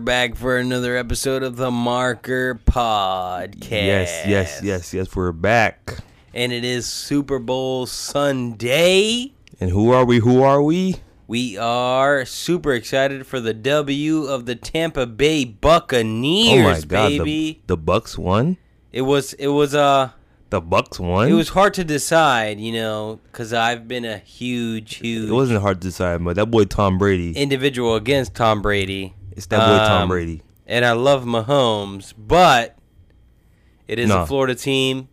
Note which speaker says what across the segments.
Speaker 1: back for another episode of the Marker Podcast.
Speaker 2: Yes, yes, yes, yes. We're back.
Speaker 1: And it is Super Bowl Sunday.
Speaker 2: And who are we? Who are we?
Speaker 1: We are super excited for the W of the Tampa Bay Buccaneers, baby.
Speaker 2: Oh The, the Bucks won.
Speaker 1: It was it was uh
Speaker 2: The Bucks won.
Speaker 1: it was hard to decide, you know, cuz I've been a huge huge
Speaker 2: It wasn't hard to decide, but that boy Tom Brady.
Speaker 1: individual against Tom Brady.
Speaker 2: it's that boy Tom
Speaker 1: Um,
Speaker 2: Brady.
Speaker 1: and I love Mahomes, but it is
Speaker 2: No.
Speaker 1: a Florida team,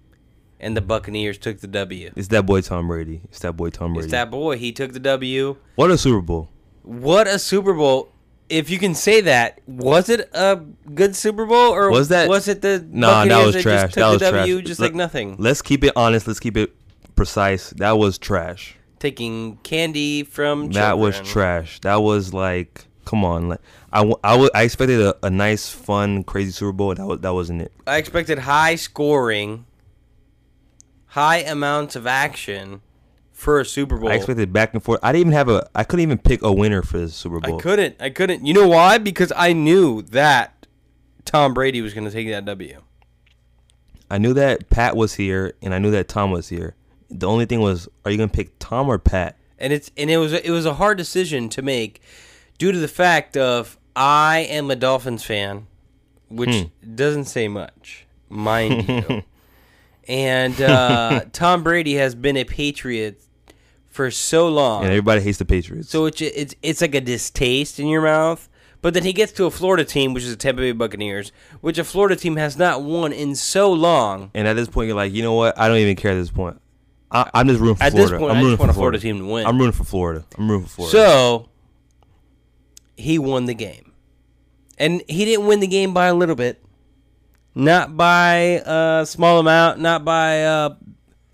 Speaker 1: and the Buccaneers took the W.
Speaker 2: It's that boy Tom Brady. It's that boy Tom Brady.
Speaker 1: It's that boy. He took the W.
Speaker 2: what a Super Bowl.
Speaker 1: What a Super Bowl! If you can say that, was it a good Super Bowl or
Speaker 2: Was that-
Speaker 1: was it the
Speaker 2: Nah, that
Speaker 1: Buccaneers
Speaker 2: was trash.
Speaker 1: Just took
Speaker 2: that was
Speaker 1: the W
Speaker 2: trash.
Speaker 1: just
Speaker 2: Let-
Speaker 1: like nothing,
Speaker 2: Let's keep it honest. Let's keep it precise. That was trash.
Speaker 1: taking candy from
Speaker 2: That was
Speaker 1: children.
Speaker 2: trash. That was like, come on. Like, I, w- I, w- I expected a, a nice, fun, crazy Super Bowl. That was that wasn't it.
Speaker 1: I expected high scoring, high amounts of action for a Super Bowl.
Speaker 2: I expected back and forth. I didn't even have a. I couldn't even pick a winner for the Super
Speaker 1: I
Speaker 2: Bowl.
Speaker 1: couldn't. I couldn't. You know why? Because I knew that Tom Brady was going to take that W.
Speaker 2: I knew that Pat was here, and I knew that Tom was here. The only thing was, are you gonna pick Tom or Pat?
Speaker 1: And it's and it was it was a hard decision to make due to the fact of I am a Dolphins fan, which doesn't say much, mind you. And uh, Tom Brady has been a Patriot for so long.
Speaker 2: And everybody hates the Patriots.
Speaker 1: Uh, So it's it's it's like a distaste in your mouth. But then he gets to a Florida team, which is the Tampa Bay Buccaneers, which a Florida team has not won in so long.
Speaker 2: and at this point, you're like, you know what? I don't even care at this point. I, I'm just rooting for
Speaker 1: At this
Speaker 2: Florida.
Speaker 1: point,
Speaker 2: I'm
Speaker 1: I just
Speaker 2: rooting
Speaker 1: want a
Speaker 2: for
Speaker 1: Florida team to win.
Speaker 2: I'm rooting for Florida. I'm rooting for Florida.
Speaker 1: So he won the game. And he didn't win the game by a little bit. Not by a small amount, not by uh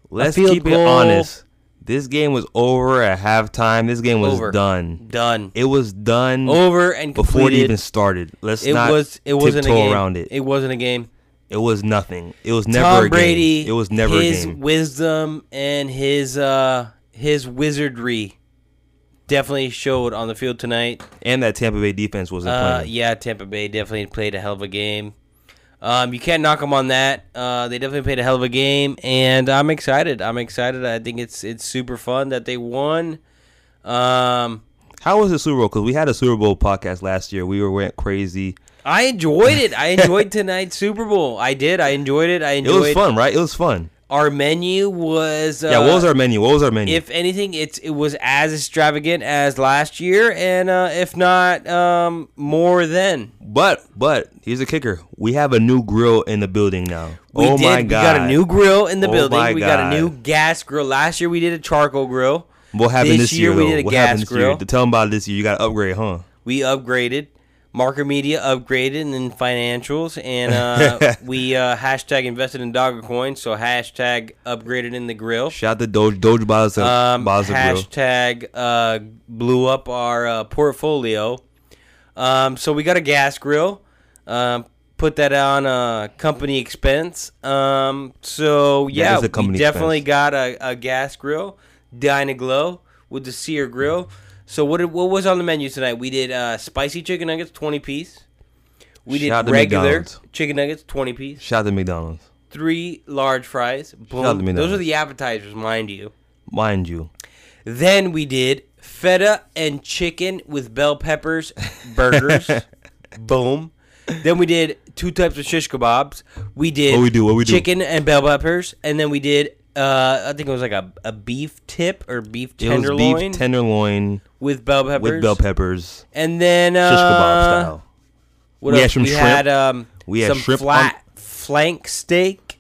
Speaker 2: Let's
Speaker 1: field
Speaker 2: keep
Speaker 1: goal-
Speaker 2: it honest. This game was over at halftime. This game was
Speaker 1: Over.
Speaker 2: done.
Speaker 1: done.
Speaker 2: It was done
Speaker 1: Over and
Speaker 2: before it
Speaker 1: completed.
Speaker 2: even started. Let's
Speaker 1: it
Speaker 2: not
Speaker 1: was it wasn't a
Speaker 2: tiptoe
Speaker 1: game.
Speaker 2: around it.
Speaker 1: It wasn't a game.
Speaker 2: It was nothing. It was never a
Speaker 1: Tom
Speaker 2: game.
Speaker 1: Brady
Speaker 2: It was never
Speaker 1: his
Speaker 2: a game.
Speaker 1: wisdom and his uh his wizardry definitely showed on the field tonight.
Speaker 2: And that Tampa Bay defense wasn't
Speaker 1: Uh,
Speaker 2: playing.
Speaker 1: yeah, Tampa Bay definitely played a hell of a game. Um, you can't knock them on that. Uh, they definitely played a hell of a game, and I'm excited. I'm excited. I think it's it's super fun that they won. Um,
Speaker 2: How was the Super Bowl? Because we had a Super Bowl podcast last year. We were went crazy.
Speaker 1: I enjoyed it. I enjoyed tonight's Super Bowl. I did. I enjoyed it. I
Speaker 2: It
Speaker 1: enjoyed.
Speaker 2: was fun, right? It was fun.
Speaker 1: Our menu was uh,
Speaker 2: yeah. What was our menu? What was our menu?
Speaker 1: If anything, it's it was as extravagant as last year, and uh, if not um, more than.
Speaker 2: but but here's the kicker. We have a new grill in the building now.
Speaker 1: We
Speaker 2: oh
Speaker 1: did.
Speaker 2: my
Speaker 1: we
Speaker 2: god.
Speaker 1: got a new grill in the
Speaker 2: Oh
Speaker 1: building.
Speaker 2: my
Speaker 1: We got a new
Speaker 2: God.
Speaker 1: gas grill. Last year we did a charcoal grill.
Speaker 2: What happened this, year?
Speaker 1: we
Speaker 2: though?
Speaker 1: did a
Speaker 2: what
Speaker 1: gas
Speaker 2: happened this
Speaker 1: grill.
Speaker 2: year? To tell them about this year, you got to upgrade, huh?
Speaker 1: We upgraded. Marker Media upgraded and then financials, and uh, we uh, hashtag invested in Dogecoin, so hashtag upgraded in the grill.
Speaker 2: Shout out to Doge Doge Baza
Speaker 1: Um,
Speaker 2: Baza Grill.
Speaker 1: hashtag uh, blew up our uh, portfolio. Um, so we got a gas grill. Um, put that on uh, company expense. Um, so yeah,
Speaker 2: is a company
Speaker 1: we definitely
Speaker 2: expense.
Speaker 1: got a, a gas grill, Dynaglow with the sear grill. So what did, what was on the menu tonight? We did uh, spicy chicken nuggets, twenty piece. We did
Speaker 2: Shout out to
Speaker 1: regular
Speaker 2: McDonald's.
Speaker 1: chicken nuggets, twenty piece.
Speaker 2: Shout out to McDonald's.
Speaker 1: Three large fries.
Speaker 2: out to
Speaker 1: Boom. Those
Speaker 2: McDonald's.
Speaker 1: are the appetizers, mind you.
Speaker 2: Mind you,
Speaker 1: Then we did feta and chicken with bell peppers burgers. Boom. Then we did two types of shish kebabs. We did
Speaker 2: What we do, what we do.
Speaker 1: chicken and bell peppers, and then we did uh, I think it was like a, a beef tip or beef
Speaker 2: it was
Speaker 1: tenderloin
Speaker 2: beef tenderloin
Speaker 1: with bell peppers.
Speaker 2: with bell peppers,
Speaker 1: and then uh,
Speaker 2: shish kebab style.
Speaker 1: What
Speaker 2: We had
Speaker 1: else?
Speaker 2: some
Speaker 1: we
Speaker 2: shrimp.
Speaker 1: had um
Speaker 2: We had
Speaker 1: some
Speaker 2: shrimp on-
Speaker 1: flat flank steak.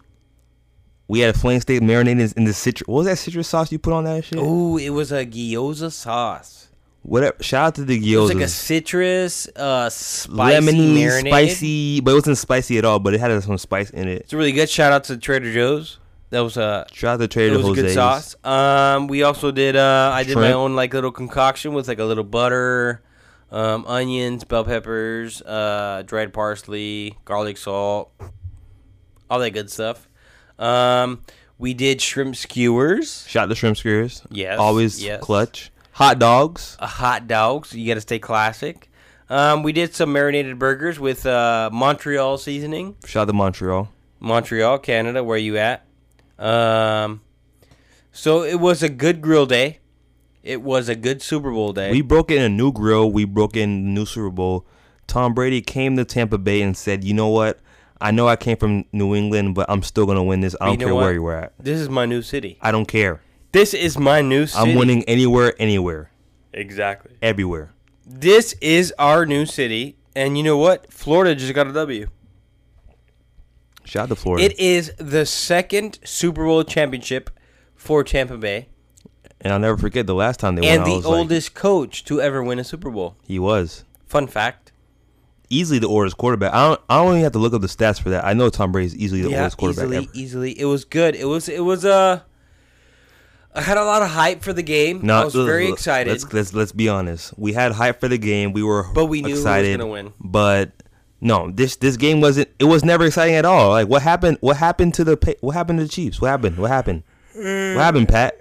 Speaker 2: We had a flank steak marinated in the citrus. What was that citrus sauce you put on that shit?
Speaker 1: Ooh, it was a gyoza sauce.
Speaker 2: Whatever. Shout out to the
Speaker 1: It
Speaker 2: gyoza.
Speaker 1: was like a citrus, uh, spicy,
Speaker 2: lemony,
Speaker 1: marinated.
Speaker 2: spicy, but it wasn't spicy at all. But it had some spice in it.
Speaker 1: It's really good. Shout out to Trader Joe's. That was uh,
Speaker 2: Shout out to
Speaker 1: it
Speaker 2: Trader
Speaker 1: was a
Speaker 2: Jose's.
Speaker 1: good sauce. Um, we also did. Uh, I did my
Speaker 2: Shrimp.
Speaker 1: own like little concoction with like a little butter, um, onions, bell peppers, uh, dried parsley, garlic salt, all that good stuff. Um, we did shrimp skewers,
Speaker 2: Shout out to shrimp skewers.
Speaker 1: Yes,
Speaker 2: always
Speaker 1: yes.
Speaker 2: clutch. Hot dogs.
Speaker 1: uh, hot dogs. You got to stay classic. Um, we did some marinated burgers with uh, Montreal seasoning.
Speaker 2: Shout out to Montreal.
Speaker 1: Montreal, Canada, where you at? Um, so it was a good grill day. It was a good Super Bowl day.
Speaker 2: We broke in a new grill. We broke in a new Super Bowl. Tom Brady came to Tampa Bay and said, "You know what? I know I came from New England, but I'm still gonna win this. I
Speaker 1: You
Speaker 2: don't
Speaker 1: know
Speaker 2: care
Speaker 1: what?
Speaker 2: where you were at.
Speaker 1: this is my new city.
Speaker 2: I don't care.
Speaker 1: This is my new city.
Speaker 2: I'm winning anywhere, anywhere,
Speaker 1: Exactly.
Speaker 2: everywhere.
Speaker 1: This is our new city. And you know what? Florida just got a W.
Speaker 2: Shout out to Florida.
Speaker 1: It is the second Super Bowl championship for Tampa Bay
Speaker 2: and I'll never forget the last time they
Speaker 1: and
Speaker 2: won. I
Speaker 1: the
Speaker 2: was like,
Speaker 1: oldest coach to ever win a Super Bowl.
Speaker 2: he was
Speaker 1: Fun fact.
Speaker 2: easily the oldest quarterback. I don't. I don't even have to look up the stats for that. I know Tom Brady's easily the oldest quarterback
Speaker 1: easily,
Speaker 2: ever.
Speaker 1: easily. It was good. It was it was uh I had a lot of hype for the game. I was
Speaker 2: l-
Speaker 1: very
Speaker 2: l-
Speaker 1: excited.
Speaker 2: Let's, let's let's be honest. We had hype for the game. We were
Speaker 1: But we knew who was
Speaker 2: excited,
Speaker 1: gonna win.
Speaker 2: But no, this this game wasn't. It was never exciting at all. Like what happened? What happened to the Pa- what happened to the Chiefs? What happened? What happened? What happened,
Speaker 1: Mm.
Speaker 2: Pat?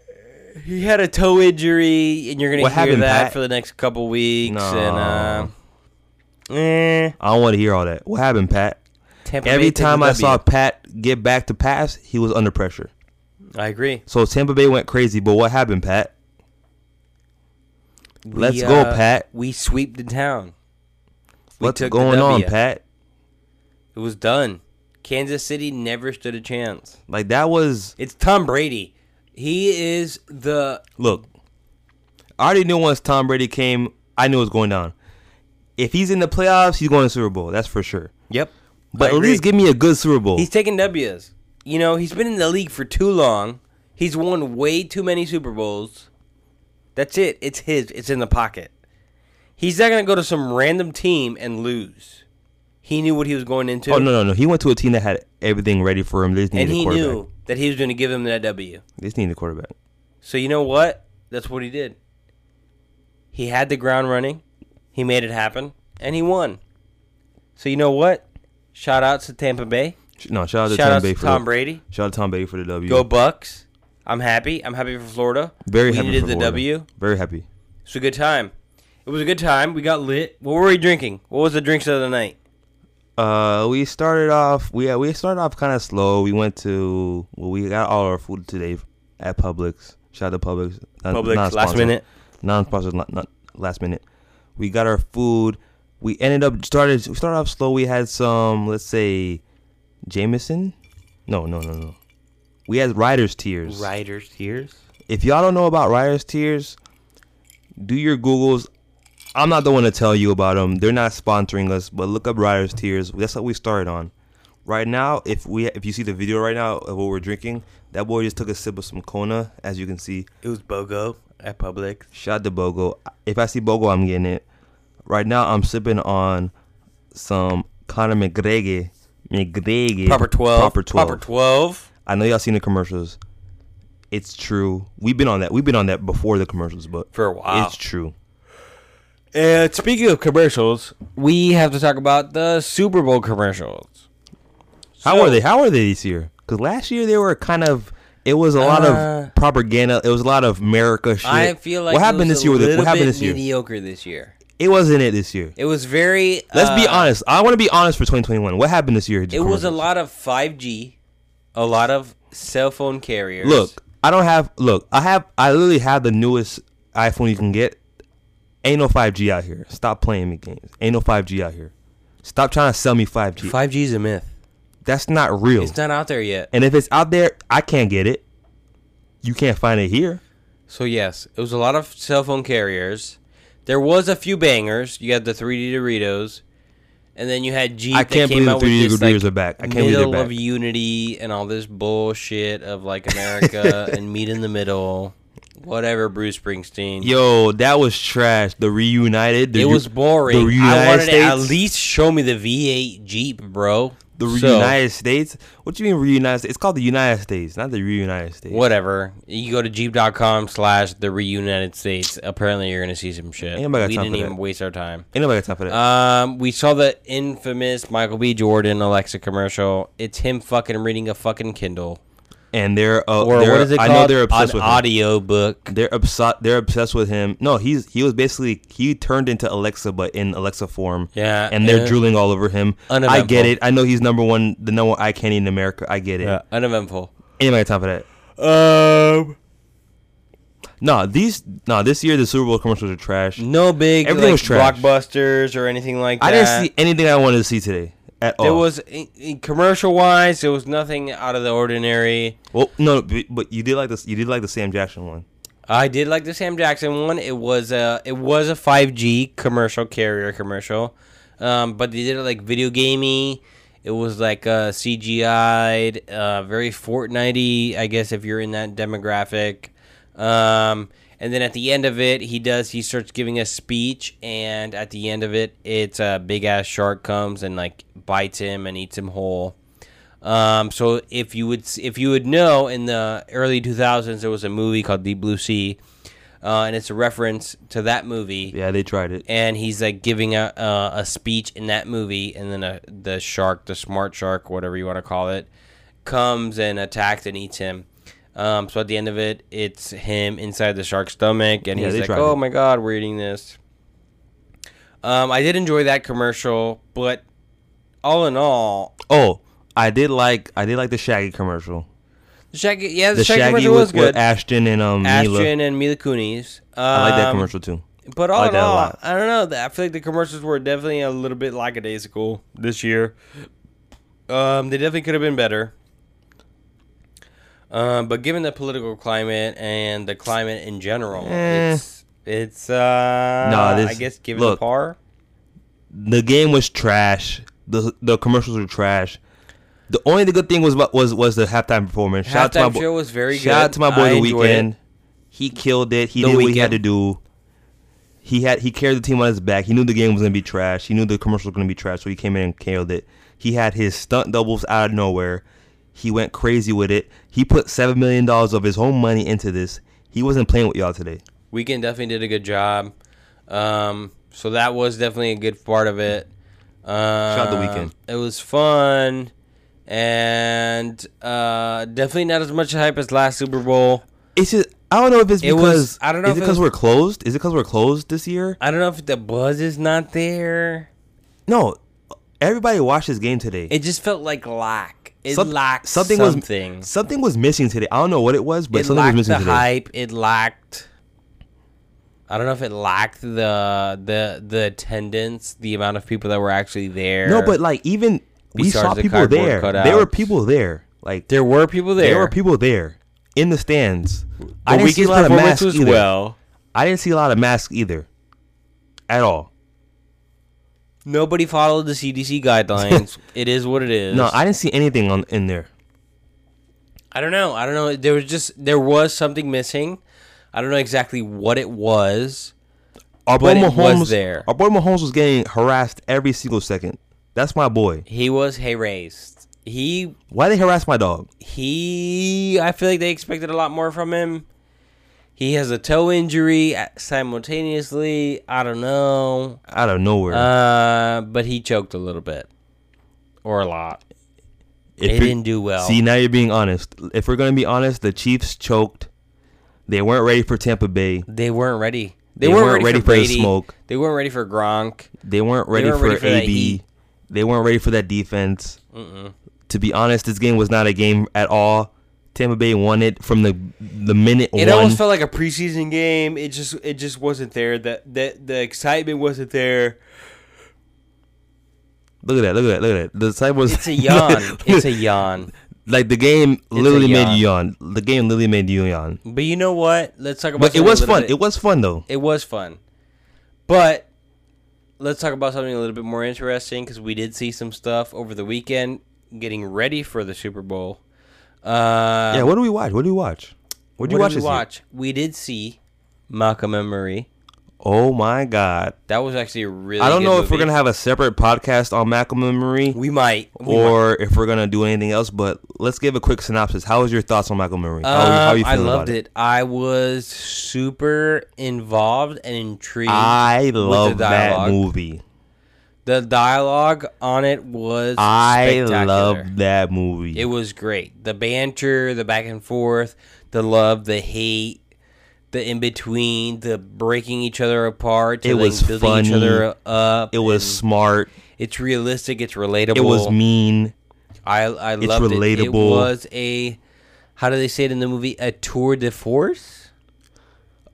Speaker 1: he had a toe injury and you're going to
Speaker 2: What
Speaker 1: hear
Speaker 2: happened,
Speaker 1: that
Speaker 2: Pat?
Speaker 1: for the next couple weeks
Speaker 2: No.
Speaker 1: and uh eh,
Speaker 2: I don't want to hear all that. What happened, Pat?
Speaker 1: Tampa Bay
Speaker 2: Every
Speaker 1: takes a
Speaker 2: time I
Speaker 1: W. E.
Speaker 2: saw Pat get back to pass, he was under pressure.
Speaker 1: I agree.
Speaker 2: So Tampa Bay went crazy. But what happened, Pat? Let's
Speaker 1: We,
Speaker 2: go,
Speaker 1: uh,
Speaker 2: Pat.
Speaker 1: We sweeped the town. We
Speaker 2: What's
Speaker 1: took the
Speaker 2: going on,
Speaker 1: W.
Speaker 2: Pat?
Speaker 1: It was done. Kansas City never stood a chance.
Speaker 2: Like that was
Speaker 1: It's Tom Brady. He is the
Speaker 2: look. I already knew once Tom Brady came, I knew it was going down. If he's in the playoffs, he's going to the Super Bowl. That's for sure.
Speaker 1: yep.
Speaker 2: But at least give me a good Super Bowl.
Speaker 1: he's taking W's. You know, he's been in the league for too long. He's won way too many Super Bowls. That's it. It's his. It's in the pocket. He's not gonna go to some random team and lose. He knew what he was going into,
Speaker 2: oh no, no, no. He went to a team that had everything ready for him. They just needed
Speaker 1: and
Speaker 2: a
Speaker 1: he
Speaker 2: quarterback.
Speaker 1: knew that he was going to give him that W.
Speaker 2: They just needed a quarterback.
Speaker 1: So you know what? That's what he did. He had the ground running. He made it happen, and he won. So you know what? Shout outs to Tampa Bay.
Speaker 2: Sh- No, shout out to
Speaker 1: Shout
Speaker 2: Tom
Speaker 1: outs
Speaker 2: Brady
Speaker 1: to
Speaker 2: for
Speaker 1: Tom
Speaker 2: the,
Speaker 1: Brady.
Speaker 2: Shout out to Tom Brady for the W.
Speaker 1: Go Bucks! I'm happy. I'm happy for Florida.
Speaker 2: Very
Speaker 1: we
Speaker 2: happy
Speaker 1: needed
Speaker 2: for
Speaker 1: the
Speaker 2: Florida.
Speaker 1: W.
Speaker 2: Very happy.
Speaker 1: It's a good time. It was a good time. We got lit. What were we drinking? What was the drinks of the night?
Speaker 2: Uh, we started off. We yeah, we started off kind of slow. We went to well, we got all our food today at Publix. Shout out to Publix. Non-
Speaker 1: Publix, last
Speaker 2: non-sponsored.
Speaker 1: minute.
Speaker 2: Non-sponsored. Not, not last minute. We got our food. We ended up started. We started off slow. We had some. Let's say, Jameson. No, no, no, no. We had Riders Tears.
Speaker 1: Riders tears.
Speaker 2: If y'all don't know about Riders Tears, do your Googles. I'm not the one to tell you about them. They're not sponsoring us, but look up Riders Tears. That's what we started on. Right now, if we if you see the video right now of what we're drinking, that boy just took a sip of some Kona, as you can see.
Speaker 1: It was BOGO at Publix.
Speaker 2: Shout to Bogo. If I see Bogo, I'm getting it. Right now, I'm sipping on some Conor McGregor. McGregor.
Speaker 1: Proper twelve.
Speaker 2: Proper 12.
Speaker 1: Proper twelve.
Speaker 2: I know y'all seen the commercials. It's true. We've been on that. We've been on that before the commercials, but
Speaker 1: For a while.
Speaker 2: it's true.
Speaker 1: And speaking of commercials, we have to talk about the Super Bowl commercials.
Speaker 2: How
Speaker 1: So-
Speaker 2: are they? How are they this year? Because last year they were kind of. It was a lot
Speaker 1: Uh,
Speaker 2: of propaganda. It was a lot of America shit.
Speaker 1: I feel like
Speaker 2: what
Speaker 1: it was
Speaker 2: happened this
Speaker 1: a
Speaker 2: year? With it?
Speaker 1: little
Speaker 2: What happened
Speaker 1: bit
Speaker 2: this year?
Speaker 1: Mediocre this year.
Speaker 2: It wasn't it this year.
Speaker 1: It was very.
Speaker 2: Let's be
Speaker 1: uh,
Speaker 2: honest. I want to be honest for 2021. What happened this year?
Speaker 1: It was a lot of five G, a lot of cell phone carriers.
Speaker 2: Look, I don't have. Look, I have. I literally have the newest iPhone you can get. Ain't no 5G out here. Stop playing me games. Ain't no 5G out here. Stop trying to sell me 5G.
Speaker 1: five G is a myth.
Speaker 2: That's not real.
Speaker 1: It's not out there yet.
Speaker 2: and if it's out there, I can't get it. You can't find it here.
Speaker 1: So yes, it was a lot of cell phone carriers. There was a few bangers. You had the 3D Doritos, and then you had Jeep.
Speaker 2: I
Speaker 1: that
Speaker 2: can't
Speaker 1: came
Speaker 2: believe the
Speaker 1: out with
Speaker 2: 3D
Speaker 1: this,
Speaker 2: Doritos
Speaker 1: like,
Speaker 2: are back. I can't believe they're
Speaker 1: middle of
Speaker 2: back.
Speaker 1: unity and all this bullshit of like America and meet in the middle, whatever. Bruce Springsteen.
Speaker 2: Yo, that was trash. The reunited. The
Speaker 1: it
Speaker 2: U-
Speaker 1: was
Speaker 2: The
Speaker 1: boring.
Speaker 2: United
Speaker 1: I wanted to
Speaker 2: States.
Speaker 1: at least show me the V8 Jeep, bro.
Speaker 2: the
Speaker 1: So,
Speaker 2: reunited States. What you mean reunited? States? It's called the United States, not the reunited States.
Speaker 1: whatever. You go to jeep.com slash the reunited states. Apparently, you're going to see some shit.
Speaker 2: Ain't nobody got
Speaker 1: we
Speaker 2: time
Speaker 1: didn't
Speaker 2: for
Speaker 1: even
Speaker 2: that.
Speaker 1: waste our time.
Speaker 2: Ain't nobody got time for that.
Speaker 1: Um, we saw the infamous Michael B. Jordan Alexa commercial. It's him fucking reading a fucking Kindle.
Speaker 2: and they're uh,
Speaker 1: Or
Speaker 2: they're,
Speaker 1: what is it
Speaker 2: I
Speaker 1: called?
Speaker 2: know they're obsessed
Speaker 1: An
Speaker 2: with him.
Speaker 1: audio book.
Speaker 2: They're obsessed. They're obsessed with him. No, he's he was basically he turned into Alexa, but in Alexa form.
Speaker 1: Yeah,
Speaker 2: and they're
Speaker 1: yeah.
Speaker 2: drooling all over him. I get
Speaker 1: Uneventful.
Speaker 2: it. I know he's number one, the number one eye candy in America. I get it.
Speaker 1: Yeah, uneventful.
Speaker 2: Anybody on top of that?
Speaker 1: Um,
Speaker 2: No, these no this year the Super Bowl commercials are trash.
Speaker 1: no big
Speaker 2: Everything
Speaker 1: like,
Speaker 2: was trash.
Speaker 1: blockbusters or anything like that.
Speaker 2: I didn't see oh. anything I wanted to see today at all.
Speaker 1: There was commercial wise, there was nothing out of the ordinary.
Speaker 2: well, no, but but you did like this. You did like the Sam Jackson one.
Speaker 1: I did like the Sam Jackson one. It was a it was a five G commercial carrier commercial, um, but they did it like video gamey. It was like uh, CGI'd, uh, very Fortnitey, I guess if you're in that demographic. Um, and then at the end of it, he does he starts giving a speech, and at the end of it, it's a big ass shark comes and like bites him and eats him whole. Um, so if you would if you would know in the early 2000s there was a movie called Deep Blue Sea, uh, and it's a reference to that movie.
Speaker 2: Yeah, they tried it.
Speaker 1: And he's like giving a uh, a speech in that movie, and then a, the shark, the smart shark, whatever you want to call it, comes and attacks and eats him. Um, so at the end of it, it's him inside the shark's stomach, and
Speaker 2: Yeah,
Speaker 1: he's
Speaker 2: they
Speaker 1: like,
Speaker 2: tried
Speaker 1: "Oh
Speaker 2: it.
Speaker 1: my god, we're eating this." Um, I did enjoy that commercial, but all in all,
Speaker 2: Oh, I did like I did like the Shaggy commercial.
Speaker 1: the Shaggy, yeah, the,
Speaker 2: The
Speaker 1: Shaggy
Speaker 2: Shaggy,
Speaker 1: commercial
Speaker 2: with,
Speaker 1: was good.
Speaker 2: with Ashton and um Mila.
Speaker 1: Ashton and Mila Kunis. Um,
Speaker 2: I like that commercial too.
Speaker 1: But
Speaker 2: I
Speaker 1: all
Speaker 2: like
Speaker 1: in
Speaker 2: that a
Speaker 1: all,
Speaker 2: lot.
Speaker 1: I don't know. that- I feel like the commercials were definitely a little bit lackadaisical this year. Um, they definitely could have been better. Um, but given the political climate and the climate in general,
Speaker 2: Eh.
Speaker 1: it's it's uh,
Speaker 2: Nah, this-
Speaker 1: I guess given
Speaker 2: look.
Speaker 1: the par.
Speaker 2: The game was trash. The the commercials were trash. The only the good thing was about was was the halftime performance. Shout out to my
Speaker 1: Halftime
Speaker 2: boy.
Speaker 1: show was very good.
Speaker 2: Shout out to my boy
Speaker 1: I
Speaker 2: the
Speaker 1: enjoyed it.
Speaker 2: weekend. He killed it. He
Speaker 1: The
Speaker 2: did what he had
Speaker 1: Weeknd.
Speaker 2: to do. He had he carried the team on his back. He knew the game was gonna be trash. He knew the commercial was gonna be trash, so he came in and killed it. He had his stunt doubles out of nowhere. He went crazy with it. He put seven million dollars of his own money into this. He wasn't playing with y'all today.
Speaker 1: Weekend definitely did a good job. Um, so that was definitely a good part of it. Um,
Speaker 2: out to Weeknd.
Speaker 1: It was fun, and uh, definitely not as much hype as last Super Bowl.
Speaker 2: It's just I don't know if it's
Speaker 1: It
Speaker 2: because
Speaker 1: was- I don't know
Speaker 2: Is
Speaker 1: if
Speaker 2: it
Speaker 1: it
Speaker 2: because
Speaker 1: was-
Speaker 2: we're closed? Is it because we're closed this year?
Speaker 1: I don't know if the buzz is not there.
Speaker 2: No, everybody watched this game today.
Speaker 1: It just felt like lack. It
Speaker 2: Some-
Speaker 1: lacked something.
Speaker 2: something was- something was missing today. I don't know what it was, but
Speaker 1: it
Speaker 2: something was
Speaker 1: lacked
Speaker 2: missing
Speaker 1: the
Speaker 2: today.
Speaker 1: hype. It lacked. I don't know if it lacked the the the attendance, the amount of people that were actually there.
Speaker 2: No, but like even we
Speaker 1: Besides
Speaker 2: saw
Speaker 1: the
Speaker 2: people
Speaker 1: cardboard
Speaker 2: there.
Speaker 1: cutouts.
Speaker 2: There were people there. Like there,
Speaker 1: there were people there.
Speaker 2: were people there in the stands.
Speaker 1: The
Speaker 2: I didn't see a
Speaker 1: weekend's
Speaker 2: lot of
Speaker 1: performance
Speaker 2: masks
Speaker 1: was
Speaker 2: either.
Speaker 1: well.
Speaker 2: I didn't see a lot of masks either, at all.
Speaker 1: Nobody followed the CDC guidelines. it is what it is.
Speaker 2: No, I didn't see anything on in there.
Speaker 1: I don't know. I don't know. There was just there was something missing. I don't know exactly what it was.
Speaker 2: Our
Speaker 1: But
Speaker 2: boy
Speaker 1: it was
Speaker 2: Mahomes
Speaker 1: there.
Speaker 2: Our boy Mahomes was getting harassed every single second. That's my boy.
Speaker 1: He was harassed. He
Speaker 2: Why they harass my dog?
Speaker 1: he. I feel like they expected a lot more from him. He has a toe injury uh, simultaneously. I don't know.
Speaker 2: Out of nowhere.
Speaker 1: Uh, but he choked a little bit, or a lot.
Speaker 2: If
Speaker 1: They
Speaker 2: you're-
Speaker 1: didn't do well.
Speaker 2: See, now you're being honest. If we're gonna be honest, the Chiefs choked. They weren't ready for Tampa Bay.
Speaker 1: They weren't ready.
Speaker 2: They weren't ready for the
Speaker 1: Brady.
Speaker 2: smoke.
Speaker 1: They weren't ready for Gronk.
Speaker 2: They weren't ready
Speaker 1: weren't
Speaker 2: for
Speaker 1: ready for that
Speaker 2: AB.
Speaker 1: heat.
Speaker 2: They weren't ready for that defense. To be honest, this game was not a game at all. Tampa Bay won it from the the minute
Speaker 1: It
Speaker 2: one.
Speaker 1: almost felt like a preseason game. It just it just wasn't there. That the, the excitement wasn't there.
Speaker 2: look at that! Look at that! Look at that! The side was
Speaker 1: It's a yawn. it's a yawn.
Speaker 2: like the game literally made
Speaker 1: yawn.
Speaker 2: you yawn. The game literally made you yawn.
Speaker 1: But you know what? Let's talk about.
Speaker 2: But it
Speaker 1: something a
Speaker 2: was
Speaker 1: little
Speaker 2: fun.
Speaker 1: bit-
Speaker 2: It was fun though.
Speaker 1: it was fun. But let's talk about something a little bit more interesting because we did see some stuff over the weekend getting ready for the Super Bowl. Uh,
Speaker 2: yeah. What do we watch? What do we watch? What do you
Speaker 1: what
Speaker 2: watch
Speaker 1: did
Speaker 2: this
Speaker 1: we
Speaker 2: year?
Speaker 1: watch? We did see Malcolm and Marie.
Speaker 2: Oh my god!
Speaker 1: That was actually a really.
Speaker 2: I don't
Speaker 1: good
Speaker 2: know if we're
Speaker 1: movie.
Speaker 2: gonna have a separate podcast on Malcolm and Marie
Speaker 1: We might. We might.
Speaker 2: or if we're gonna do anything else. But let's give a quick synopsis. How was your thoughts on Malcolm and Marie? How, how
Speaker 1: Um,
Speaker 2: you
Speaker 1: I
Speaker 2: feeling
Speaker 1: loved
Speaker 2: about
Speaker 1: it. I was super involved and intrigued.
Speaker 2: I
Speaker 1: the
Speaker 2: love that
Speaker 1: dialogue.
Speaker 2: movie.
Speaker 1: The dialogue on it was
Speaker 2: I
Speaker 1: spectacular.
Speaker 2: love that movie.
Speaker 1: It was great. The banter, the back and forth, the love, the hate, the in between, the breaking each other apart, to
Speaker 2: It
Speaker 1: then
Speaker 2: was
Speaker 1: building each other up.
Speaker 2: It was smart.
Speaker 1: It's realistic. It's relatable.
Speaker 2: It was mean.
Speaker 1: I I loved it. It
Speaker 2: relatable.
Speaker 1: was a how do they say it in the movie? A tour de force.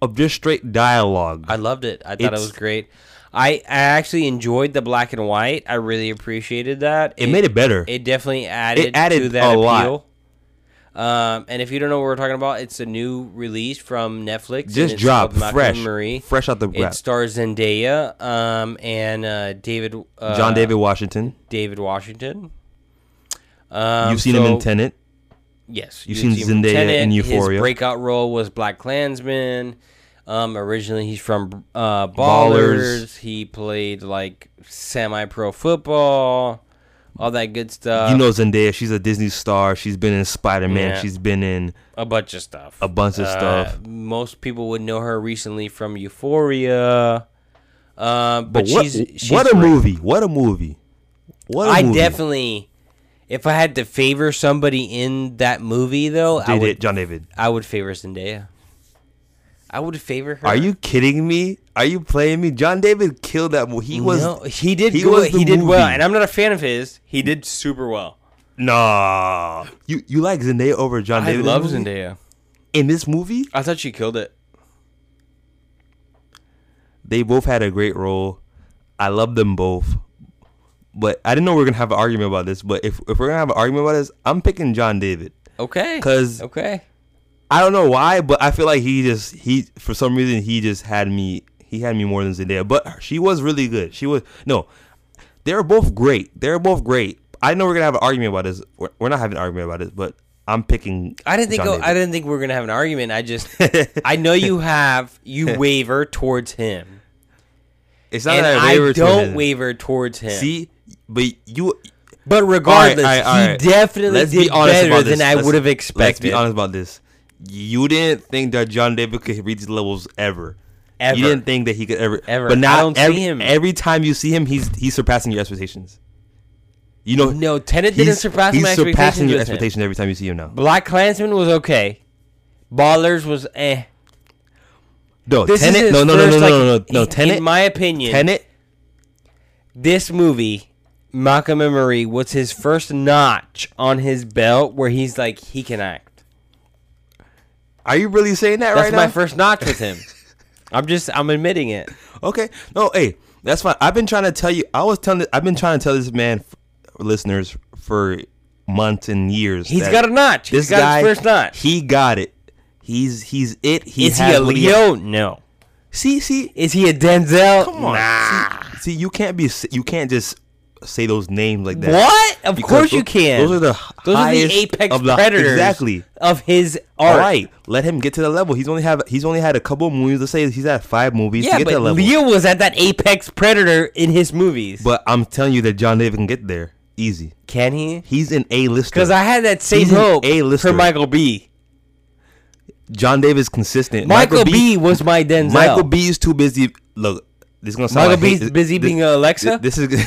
Speaker 2: Of just straight dialogue.
Speaker 1: I loved it. I thought it
Speaker 2: It's-
Speaker 1: was great. I, I actually enjoyed the black and white. I really appreciated that.
Speaker 2: it, made it better.
Speaker 1: It definitely added,
Speaker 2: added
Speaker 1: to that
Speaker 2: a lot.
Speaker 1: appeal. Um, and if you don't know what we're talking about, it's a new release from Netflix. and
Speaker 2: just
Speaker 1: it's
Speaker 2: dropped
Speaker 1: called Malcolm
Speaker 2: fresh,
Speaker 1: and Marie.
Speaker 2: fresh out the
Speaker 1: It
Speaker 2: wrap.
Speaker 1: stars Zendaya um, and uh, David uh,
Speaker 2: John David Washington.
Speaker 1: David Washington. Um,
Speaker 2: You've seen him in
Speaker 1: so-
Speaker 2: Tenet.
Speaker 1: Yes,
Speaker 2: You've
Speaker 1: you'd
Speaker 2: seen
Speaker 1: him
Speaker 2: Zendaya
Speaker 1: Tenet.
Speaker 2: in Euphoria.
Speaker 1: His breakout role was Black Klansman. Um, originally, he's from uh, Ballers.
Speaker 2: Ballers.
Speaker 1: He played like semi-pro football, all that good stuff.
Speaker 2: you know Zendaya. She's a Disney star. She's been in Spider Man.
Speaker 1: uh, Yeah.
Speaker 2: She's been in
Speaker 1: a bunch of stuff. Uh,
Speaker 2: a bunch of stuff.
Speaker 1: Most people would know her recently from Euphoria. Uh, but
Speaker 2: But what,
Speaker 1: she's, she's
Speaker 2: what a
Speaker 1: great.
Speaker 2: movie! What a movie! What a
Speaker 1: I
Speaker 2: movie.
Speaker 1: definitely, if I had to favor somebody in that movie, though, I
Speaker 2: did
Speaker 1: would
Speaker 2: it, John David.
Speaker 1: I would favor Zendaya. I would favor her.
Speaker 2: Are you kidding me? Are you playing me? John David killed that movie. He was
Speaker 1: no, he did
Speaker 2: he
Speaker 1: good.
Speaker 2: was the
Speaker 1: he did well,
Speaker 2: movie.
Speaker 1: and I'm not a fan of his. He did super well.
Speaker 2: nah. You you like Zendaya over John
Speaker 1: I
Speaker 2: David? in
Speaker 1: love
Speaker 2: this movie?
Speaker 1: Zendaya.
Speaker 2: In this movie,
Speaker 1: I thought she killed it.
Speaker 2: they both had a great role. I love them both. But I didn't know we are gonna have an argument about this. But if, if we're gonna have an argument about this, I'm picking John David.
Speaker 1: Okay.
Speaker 2: 'Cause-
Speaker 1: okay.
Speaker 2: I don't know why, but I feel like he just he for some reason he just had me he had me more than Zendaya. But she was really good. She was no, they're both great. They're both great. I know we're gonna have an argument about this. We're, we're not having an argument about this, but I'm picking.
Speaker 1: I didn't think
Speaker 2: John
Speaker 1: I
Speaker 2: David.
Speaker 1: didn't think we were gonna have an argument. I just I know you have you waver towards him,
Speaker 2: It's not
Speaker 1: and
Speaker 2: that I,
Speaker 1: I,
Speaker 2: wavered towards
Speaker 1: don't
Speaker 2: him.
Speaker 1: waver towards him.
Speaker 2: See, but you
Speaker 1: but regardless,
Speaker 2: All right, all right, all right.
Speaker 1: he definitely
Speaker 2: Let's
Speaker 1: did
Speaker 2: be honest
Speaker 1: better
Speaker 2: about
Speaker 1: than
Speaker 2: this.
Speaker 1: I
Speaker 2: Let's-
Speaker 1: would have
Speaker 2: Let's
Speaker 1: expected.
Speaker 2: be honest about this. You didn't think that John David could reach these levels ever.
Speaker 1: Ever.
Speaker 2: You didn't think that he could ever.
Speaker 1: Ever.
Speaker 2: But
Speaker 1: I
Speaker 2: now,
Speaker 1: don't see
Speaker 2: every,
Speaker 1: him.
Speaker 2: every time you see him, he's he's surpassing your expectations. You know,
Speaker 1: No, Tenet
Speaker 2: he's,
Speaker 1: didn't surpass
Speaker 2: he's
Speaker 1: my
Speaker 2: surpassing
Speaker 1: expectations.
Speaker 2: your
Speaker 1: with him.
Speaker 2: expectations every time you see him now.
Speaker 1: Black Klansman was okay. Ballers was eh.
Speaker 2: No,
Speaker 1: This is
Speaker 2: Tenet.
Speaker 1: his
Speaker 2: No, no, no, no,
Speaker 1: first,
Speaker 2: no,
Speaker 1: like,
Speaker 2: no, no, no.
Speaker 1: in-
Speaker 2: Tenet.
Speaker 1: In my opinion,
Speaker 2: Tenet.
Speaker 1: this movie, Malcolm and Marie, was his first notch on his belt where he's like, he can act.
Speaker 2: Are you really saying that
Speaker 1: That's
Speaker 2: right
Speaker 1: my
Speaker 2: now?
Speaker 1: first notch with him. I'm just, I'm admitting it.
Speaker 2: Okay. No, hey, that's fine. I've been trying to tell you. I was telling. I've been trying to tell this man, f- listeners, for months and years.
Speaker 1: He's
Speaker 2: that
Speaker 1: got a notch. He's
Speaker 2: This
Speaker 1: got
Speaker 2: guy,
Speaker 1: his first notch.
Speaker 2: he got it. He's he's it. He
Speaker 1: Is he
Speaker 2: has
Speaker 1: a
Speaker 2: what
Speaker 1: Leo? No.
Speaker 2: See, see,
Speaker 1: Is he a Denzel?
Speaker 2: come on. See, see, you can't be. You can't just say those names like that.
Speaker 1: What? Of
Speaker 2: Because
Speaker 1: course
Speaker 2: tho-
Speaker 1: you can.
Speaker 2: Those are the
Speaker 1: Those are the
Speaker 2: highest
Speaker 1: apex
Speaker 2: of the-
Speaker 1: predators
Speaker 2: Exactly.
Speaker 1: of his
Speaker 2: All
Speaker 1: art.
Speaker 2: right, let him get to the level. He's only have he's only had a couple movies. Let's say he's had five movies to
Speaker 1: Yeah,
Speaker 2: get to
Speaker 1: but
Speaker 2: that level.
Speaker 1: Leo was at that apex predator in his movies.
Speaker 2: but I'm telling you that John David can get there easy.
Speaker 1: can he?
Speaker 2: He's an A lister.
Speaker 1: Because I had that same
Speaker 2: He's an
Speaker 1: hope
Speaker 2: A-lister.
Speaker 1: for Michael B.
Speaker 2: John David's consistent.
Speaker 1: Michael, B. was my Denzel.
Speaker 2: Michael B is too busy. Look, this is gonna sound
Speaker 1: Michael
Speaker 2: like hate.
Speaker 1: B's
Speaker 2: This-
Speaker 1: busy
Speaker 2: this-
Speaker 1: being a Alexa?
Speaker 2: This is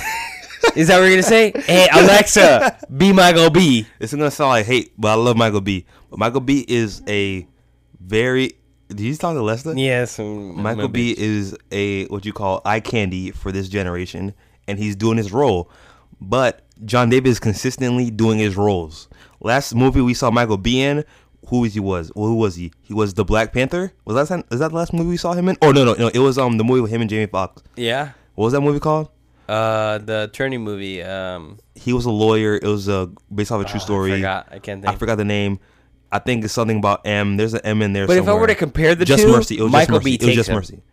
Speaker 1: Is that what you're gonna say? Hey Alexa, be Michael B.
Speaker 2: this is gonna sound like hate, but I love Michael B. But Michael B is a very. Did you talk to Lester?
Speaker 1: Yes,
Speaker 2: Michael B is a what you call eye candy for this generation, and he's doing his role. But John David is consistently doing his roles. Last movie we saw Michael B in, who is he was? Well, who was he? He was the Black Panther. Was that time- is that the last movie we saw him in? Oh no no no! It was um the movie with him and Jamie Foxx.
Speaker 1: Yeah.
Speaker 2: What was that movie called?
Speaker 1: Uh, the attorney movie. Um,
Speaker 2: He was a lawyer. It was uh, based off a true story.
Speaker 1: Ah, I forgot. I can't think.
Speaker 2: I forgot the name. I think it's something about M. There's an M in there.
Speaker 1: but if I
Speaker 2: somewhere.
Speaker 1: were to compare the
Speaker 2: just
Speaker 1: two,
Speaker 2: mercy, it was
Speaker 1: Michael
Speaker 2: just mercy.
Speaker 1: B.
Speaker 2: it was
Speaker 1: takes
Speaker 2: just
Speaker 1: him.
Speaker 2: mercy.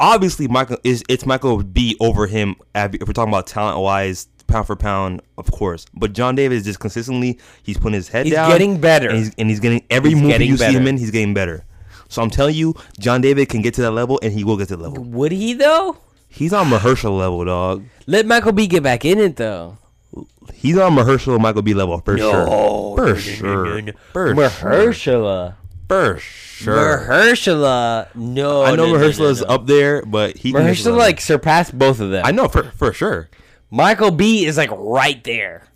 Speaker 2: Obviously, Michael is it's Michael B. over him. ab- If we're talking about talent wise, pound for pound, of course. But John David is just consistently he's putting his head
Speaker 1: He's
Speaker 2: down.
Speaker 1: getting better.
Speaker 2: and he's, and he's getting every
Speaker 1: He's
Speaker 2: movie
Speaker 1: getting
Speaker 2: you see him
Speaker 1: better.
Speaker 2: in, he's getting better. So I'm telling you, John David can get to that level, and he will get to that level.
Speaker 1: Would he though?
Speaker 2: He's on Mahershala level, dog.
Speaker 1: Let Michael B. get back in it though.
Speaker 2: He's on Mahershala Michael B. level for sure. For sure. For sure.
Speaker 1: Mahershala.
Speaker 2: for sure.
Speaker 1: Mahershala, no,
Speaker 2: I know
Speaker 1: no, no, no,
Speaker 2: Mahershala is
Speaker 1: no.
Speaker 2: up there, but he can just
Speaker 1: Mahershala
Speaker 2: run.
Speaker 1: like surpassed both of them.
Speaker 2: I know for for sure,
Speaker 1: Michael B is like right there.